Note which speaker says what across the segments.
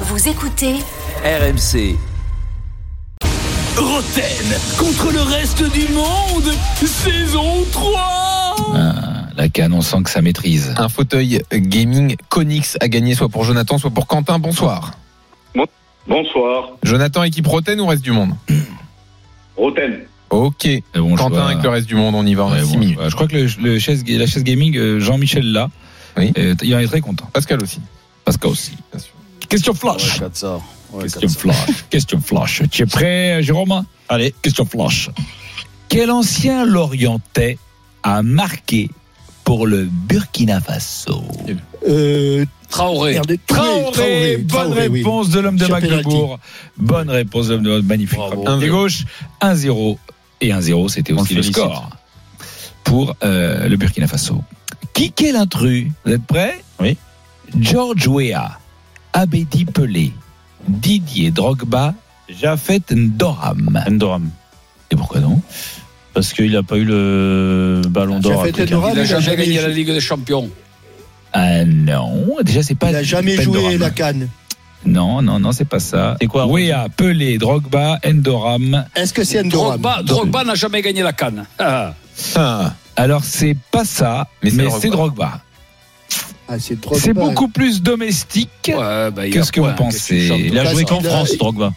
Speaker 1: Vous écoutez
Speaker 2: RMC.
Speaker 3: Roten contre le reste du monde, saison 3
Speaker 4: La canne, on sent que ça maîtrise.
Speaker 5: Un fauteuil gaming Conix à gagner soit pour Jonathan, soit pour Quentin. Bonsoir.
Speaker 6: Bonsoir,
Speaker 5: Jonathan, équipe Roten ou reste du monde
Speaker 6: Roten.
Speaker 5: Ok.
Speaker 4: Mais bon, je
Speaker 5: Quentin
Speaker 4: vois-
Speaker 5: avec le reste du monde, on y va en
Speaker 4: Ouais,
Speaker 5: 6
Speaker 4: bon,
Speaker 5: minutes.
Speaker 4: Je crois que le, le chaise, la chaise gaming, euh, Jean-Michel là,
Speaker 5: Oui.
Speaker 4: Euh, il en est très content.
Speaker 5: Pascal aussi.
Speaker 4: Pascal aussi.
Speaker 5: Bien sûr.
Speaker 4: Question flash. question flash. Question flash. Tu es prêt, Jérôme Allez. Question flash. Quel ancien Lorientais a marqué pour le Burkina Faso
Speaker 5: Eh
Speaker 7: Euh,
Speaker 3: Traoré.
Speaker 7: merde,
Speaker 4: Traoré,
Speaker 7: Traoré,
Speaker 4: bonne
Speaker 7: Traoré, oui.
Speaker 4: réponse de l'homme de
Speaker 7: Sur penalty.
Speaker 4: Magdebourg. Bonne réponse de l'homme de Magdebourg. Magnifique.
Speaker 3: Bravo.
Speaker 4: Un des gauche, 1-0. Et 1-0, c'était
Speaker 5: On
Speaker 4: aussi le
Speaker 5: le félicite.
Speaker 4: score pour euh, le Burkina Faso. Qui qu'est l'intrus Vous êtes prêts
Speaker 5: Oui.
Speaker 4: George Weah, Abedi Pelé, Didier Drogba, Jafet Ndoram.
Speaker 8: Endoram.
Speaker 4: Et pourquoi non
Speaker 8: Parce qu'il n'a pas eu le ballon
Speaker 7: J'ai
Speaker 8: d'or.
Speaker 7: fait
Speaker 8: africain.
Speaker 7: Endoram,
Speaker 3: Il n'a
Speaker 7: il a
Speaker 3: jamais
Speaker 7: jamais
Speaker 3: gagné
Speaker 7: joué.
Speaker 3: la Ligue des Champions.
Speaker 4: Ah non, déjà c'est pas.
Speaker 7: Il n'a jamais
Speaker 4: pas
Speaker 7: joué
Speaker 4: Ndoram.
Speaker 7: la canne.
Speaker 4: Non, non, non, c'est pas ça.
Speaker 8: C'est quoi
Speaker 4: Weah, Pelé, Drogba, Ndoram,
Speaker 7: Est-ce que c'est Ndoram
Speaker 3: Drogba, Drogba n'a jamais gagné la canne. Ah.
Speaker 5: Ah,
Speaker 4: Alors c'est pas ça,
Speaker 5: Mais
Speaker 4: mais,
Speaker 5: c'est
Speaker 4: c'est Drogba.
Speaker 7: Ah, c'est Drogba.
Speaker 4: C'est beaucoup plus domestique.
Speaker 3: Ouais, bah, il
Speaker 4: Qu'est-ce
Speaker 3: a
Speaker 4: que
Speaker 3: point,
Speaker 4: vous pensez
Speaker 3: qu'est-ce que tu chantes
Speaker 8: Il a
Speaker 7: Parce
Speaker 8: joué qu'en
Speaker 7: qu'il a-
Speaker 8: France, Drogba.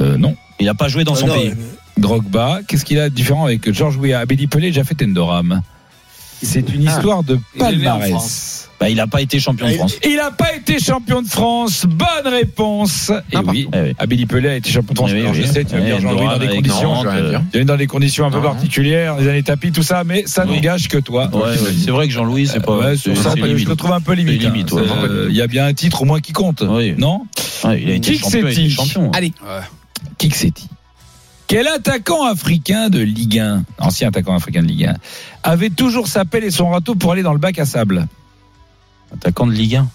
Speaker 4: Euh, Non,
Speaker 8: Il n'a pas joué dans
Speaker 7: Ah
Speaker 8: son
Speaker 7: non,
Speaker 8: pays.
Speaker 4: Drogba. Qu'est-ce qu'il a de différent avec Georges Weah, Abedi Pelé, Jafet Endoram C'est une
Speaker 5: Ah.
Speaker 4: histoire de
Speaker 3: Il est né en
Speaker 4: palmarès.
Speaker 8: Bah, il n'a pas été champion de
Speaker 7: Ah, il-
Speaker 8: France.
Speaker 4: Il n'a pas été champion de France. Bonne réponse. Et
Speaker 5: Ah,
Speaker 4: oui,
Speaker 8: Eh oui.
Speaker 4: Abedi Pelé a été champion de France.
Speaker 8: Eh oui,
Speaker 4: Alors, je
Speaker 8: oui.
Speaker 4: sais, tu vas me
Speaker 8: Eh,
Speaker 4: dire, Jean-Louis, dans
Speaker 8: Endoram
Speaker 4: des
Speaker 8: avec
Speaker 4: conditions.
Speaker 5: Nantes,
Speaker 8: Nantes,
Speaker 5: je vais rien
Speaker 8: euh,
Speaker 5: dire.
Speaker 4: Il est dans des conditions un peu
Speaker 5: Non.
Speaker 4: particulières, les années tapis, tout ça, mais ça
Speaker 8: Oui.
Speaker 4: n'engage que toi.
Speaker 8: Ouais, ouais, c'est vrai que Jean-Louis, c'est pas.
Speaker 4: Ouais,
Speaker 8: c'est-
Speaker 4: sur ça,
Speaker 8: c'est
Speaker 4: je
Speaker 8: limite.
Speaker 4: le trouve un peu limite.
Speaker 8: C'est limite,
Speaker 4: hein.
Speaker 8: ouais.
Speaker 4: Euh, Il y a bien un titre au moins qui compte,
Speaker 8: Oui.
Speaker 4: non
Speaker 8: Ouais, il a été
Speaker 4: Kick,
Speaker 8: champion. Il a
Speaker 4: c'est
Speaker 8: été champion.
Speaker 4: Allez.
Speaker 3: Ouais.
Speaker 4: Kixetti. Quel attaquant africain de Ligue 1, ancien attaquant africain de Ligue 1, avait toujours sa pelle et son râteau pour aller dans le bac à sable Hmm.
Speaker 8: Attaquant de Ligue 1.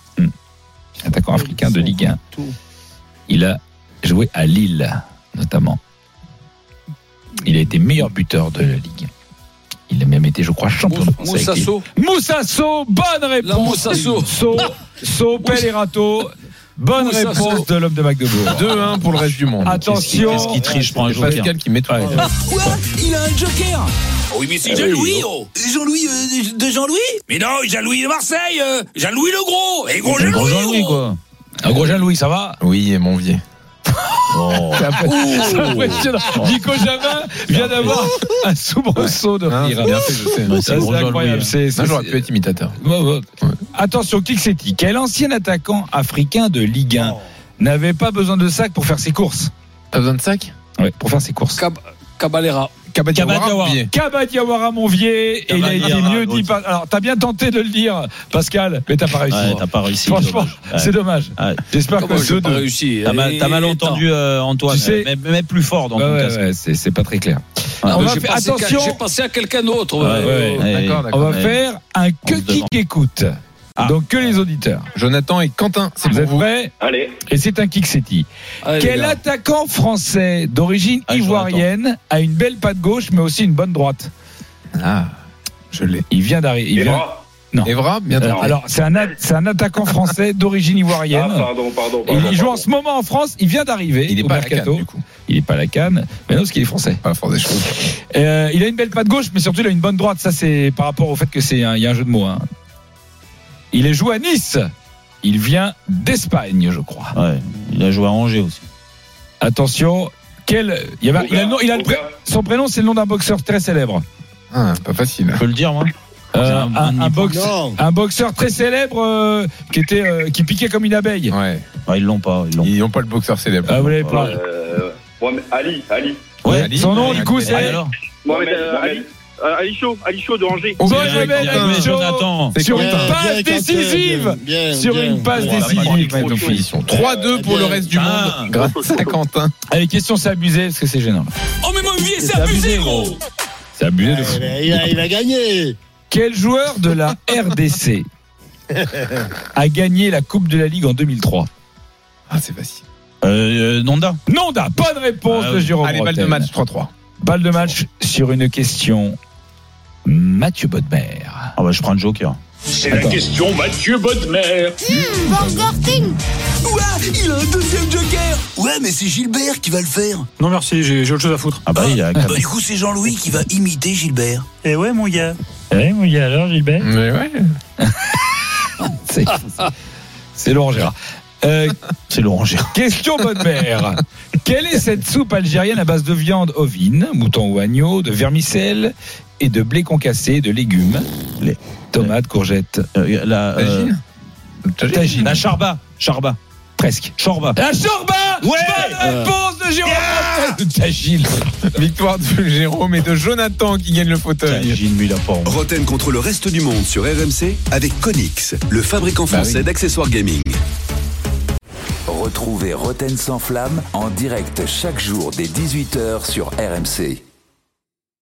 Speaker 4: Attaquant africain de Ligue 1. Il a joué à Lille, notamment. Il a été meilleur buteur de la Ligue 1. Il a même été, je crois, champion de
Speaker 3: Mous-
Speaker 4: France. avec Lille.
Speaker 3: Moussasso.
Speaker 4: Moussasso, bonne
Speaker 3: La
Speaker 4: réponse.
Speaker 3: Moussasso.
Speaker 4: So, so Pelerato, bonne
Speaker 3: Moussasso.
Speaker 4: réponse de l'homme de Magdebourg.
Speaker 5: 2-1 pour le reste du monde.
Speaker 4: Attention.
Speaker 8: Qu'est-ce qui triche pour un
Speaker 5: C'est
Speaker 8: joueur
Speaker 5: Pascal qui met trois.
Speaker 9: Quoi Il a un joker Ah Oui, mais
Speaker 3: Ah
Speaker 9: c'est Jean-Louis, oh Jean-Louis euh, de Jean-Louis Mais non, Jean-Louis de Marseille euh, Jean-Louis le gros Et gros
Speaker 8: Gros
Speaker 9: Jean-Louis
Speaker 8: Jean-Louis,
Speaker 9: gros.
Speaker 8: quoi.
Speaker 4: Un gros Jean-Louis, ça va
Speaker 5: Oui, et Monvier.
Speaker 4: C'est impressionnant. Ah Nico Jamin vient d'avoir un soubresaut de
Speaker 5: Hein,
Speaker 4: rire.
Speaker 5: c'est bien fait, je sais.
Speaker 4: Ça,
Speaker 5: Non,
Speaker 4: Ah, C'est
Speaker 8: gros Jean-Louis,
Speaker 4: incroyable.
Speaker 8: hein.
Speaker 4: C'est- c'est-
Speaker 5: J'aurais pu être imitateur.
Speaker 4: Ouais, ouais.
Speaker 5: Ouais.
Speaker 4: Attention, Kixetti, quel ancien attaquant africain de Ligue 1 n'avait pas besoin de sac pour faire ses courses
Speaker 5: T'as besoin de sac
Speaker 4: Ouais, Pour faire ses courses.
Speaker 3: Cab- Caballera.
Speaker 5: Kabadiawara.
Speaker 4: Kabadiawara Monvier, et il a été
Speaker 8: Kabadiawara,
Speaker 4: mieux dit par. Alors, t'as bien tenté de le dire, Pascal, mais t'as pas réussi.
Speaker 8: Ouais, t'as pas réussi.
Speaker 4: Franchement,
Speaker 8: Ouais.
Speaker 4: c'est dommage.
Speaker 8: Ouais.
Speaker 4: J'espère
Speaker 3: Comment
Speaker 4: que
Speaker 3: j'ai
Speaker 4: ceux
Speaker 3: Ah, pas
Speaker 4: deux.
Speaker 3: réussi
Speaker 8: T'as mal, t'as mal
Speaker 3: Et-
Speaker 8: entendu, euh, Antoine.
Speaker 4: Tu sais-
Speaker 8: mais, mais plus fort, dans
Speaker 4: Ouais,
Speaker 8: ton
Speaker 4: ouais,
Speaker 8: cas.
Speaker 4: ouais, c'est c'est pas très clair.
Speaker 8: Ouais.
Speaker 4: On
Speaker 3: J'ai
Speaker 4: va faire-
Speaker 3: pensé qu'à-
Speaker 4: attention,
Speaker 3: J'ai pensé à quelqu'un d'autre.
Speaker 8: Ouais,
Speaker 4: ouais,
Speaker 8: ouais.
Speaker 5: D'accord,
Speaker 4: on
Speaker 5: d'accord.
Speaker 4: va
Speaker 8: Ouais.
Speaker 4: faire un que
Speaker 8: se
Speaker 4: qui
Speaker 8: demande.
Speaker 4: écoute.
Speaker 8: Ah.
Speaker 4: Donc que les auditeurs.
Speaker 5: Jonathan et Quentin, c'est
Speaker 4: Vous
Speaker 5: pour
Speaker 4: êtes
Speaker 5: vous.
Speaker 4: prêts
Speaker 6: Allez,
Speaker 4: Et c'est un Kixetti.
Speaker 3: Allez, les
Speaker 4: Quel
Speaker 3: gars.
Speaker 4: attaquant français d'origine
Speaker 8: Ah,
Speaker 4: ivoirienne a une belle patte gauche mais aussi une bonne droite
Speaker 5: Ah, je l'ai.
Speaker 4: Il vient d'arriver. il
Speaker 6: et
Speaker 4: vient-
Speaker 6: moi
Speaker 5: Evra, bien
Speaker 4: Alors,
Speaker 5: tenté.
Speaker 4: alors, c'est un, a- c'est un attaquant français d'origine
Speaker 6: Ah,
Speaker 4: ivoirienne.
Speaker 6: pardon, pardon,
Speaker 4: il
Speaker 6: pardon.
Speaker 4: joue en
Speaker 6: pardon.
Speaker 4: ce moment en France. Il vient d'arriver.
Speaker 5: Il est
Speaker 4: au
Speaker 5: pas à la
Speaker 4: mercato.
Speaker 5: canne, du coup.
Speaker 4: Il n'est pas à la canne. Mais non, parce qu'il est français.
Speaker 5: Pas la force des choses.
Speaker 4: Euh, il a une belle patte gauche, mais surtout il a une bonne droite. Ça, c'est par rapport au fait que c'est un, il y a un jeu de mots. hein. Il est joué à Nice. Il vient d'Espagne, je crois.
Speaker 8: Ouais. Il a joué à Angers aussi.
Speaker 4: Attention, quel il, y avait-
Speaker 6: Boga,
Speaker 4: il a, le nom- il a le
Speaker 6: Boga.
Speaker 4: pré- son prénom, c'est le nom d'un boxeur très célèbre.
Speaker 5: Ah, pas facile.
Speaker 8: Je peux le dire, moi
Speaker 4: Euh,
Speaker 8: un-
Speaker 4: un,
Speaker 8: un-
Speaker 4: un boxe-
Speaker 7: Non.
Speaker 4: un boxeur très célèbre euh, qui était euh, qui piquait comme une abeille.
Speaker 5: Ouais.
Speaker 8: Ouais, Ils l'ont pas. Ils l'ont
Speaker 5: Ils n'ont pas le boxeur célèbre.
Speaker 4: Ah, vous l'avez pas.
Speaker 6: Euh, Mohamed- Ali, Ali.
Speaker 8: Ouais,
Speaker 5: Ali,
Speaker 4: Son nom,
Speaker 5: Ali,
Speaker 4: du coup,
Speaker 5: Ali.
Speaker 4: c'est-
Speaker 8: Ah, alors
Speaker 6: Mohamed, euh, Mohamed.
Speaker 4: Bonne nouvelle,
Speaker 5: On gagne, on gagne.
Speaker 4: Alonso.
Speaker 8: Jonathan.
Speaker 5: C'est
Speaker 4: Sur
Speaker 5: quoi,
Speaker 4: une
Speaker 5: Quentin
Speaker 4: passe décisive. Sur une passe
Speaker 5: On va pas prendre les
Speaker 4: décisive.
Speaker 5: trop de positions. 3-2 pour le reste du
Speaker 8: Ah.
Speaker 5: monde, grâce à Quentin.
Speaker 4: Allez, question, c'est abusé parce que c'est gênant.
Speaker 9: Oh, mais mon vieux, c'est abusé, gros
Speaker 4: C'est abusé de fou.
Speaker 7: Eh ben, Il a, il a gagné.
Speaker 4: Quel joueur de la RDC a gagné la Coupe de la Ligue en 2003
Speaker 5: Ah, c'est facile.
Speaker 8: Euh, euh, Nonda.
Speaker 4: Nonda, bonne réponse
Speaker 8: Ah oui.
Speaker 4: de Jérôme.
Speaker 5: Allez, balle de
Speaker 4: Rotten.
Speaker 5: match, 3-3.
Speaker 4: Balle de match sur une question. Mathieu Bodmer.
Speaker 8: Ah bah je prends un joker.
Speaker 10: C'est la
Speaker 4: Attends.
Speaker 10: question Mathieu Bodmer.
Speaker 9: Ouah,
Speaker 7: Ouais, mais c'est Gilbert qui va le faire.
Speaker 11: Non merci, j'ai j'ai autre chose à foutre.
Speaker 8: Ah bah, il a.
Speaker 7: Bah, du coup, c'est Jean-Louis qui va imiter Gilbert.
Speaker 11: Eh ouais mon gars.
Speaker 8: Eh, mon gars, alors, Gilbert
Speaker 5: Mais ouais.
Speaker 4: C'est- C'est Laurent Gérard. Euh,
Speaker 8: C'est Laurent Gérard.
Speaker 4: question bonne mère. Quelle est cette soupe algérienne à base de viande ovine, mouton ou agneau, de vermicelle et de blé concassé, de légumes, les tomates, courgettes,
Speaker 8: Euh, la, euh,
Speaker 5: Imagine.
Speaker 4: tagine,
Speaker 8: la charba. Charba.
Speaker 4: presque.
Speaker 8: Chorba.
Speaker 4: La chorba
Speaker 8: Ouais
Speaker 4: Bonne réponse de Jérôme Le Tagine.
Speaker 5: Victoire de Jérôme et de Jonathan qui gagne le fauteuil.
Speaker 8: Imagine, lui, il a pas honte.
Speaker 3: Roten contre le reste du monde sur RMC avec Conix, le fabricant français d'accessoires gaming.
Speaker 7: Retrouvez Roten sans flamme en direct chaque jour dès 18h sur RMC.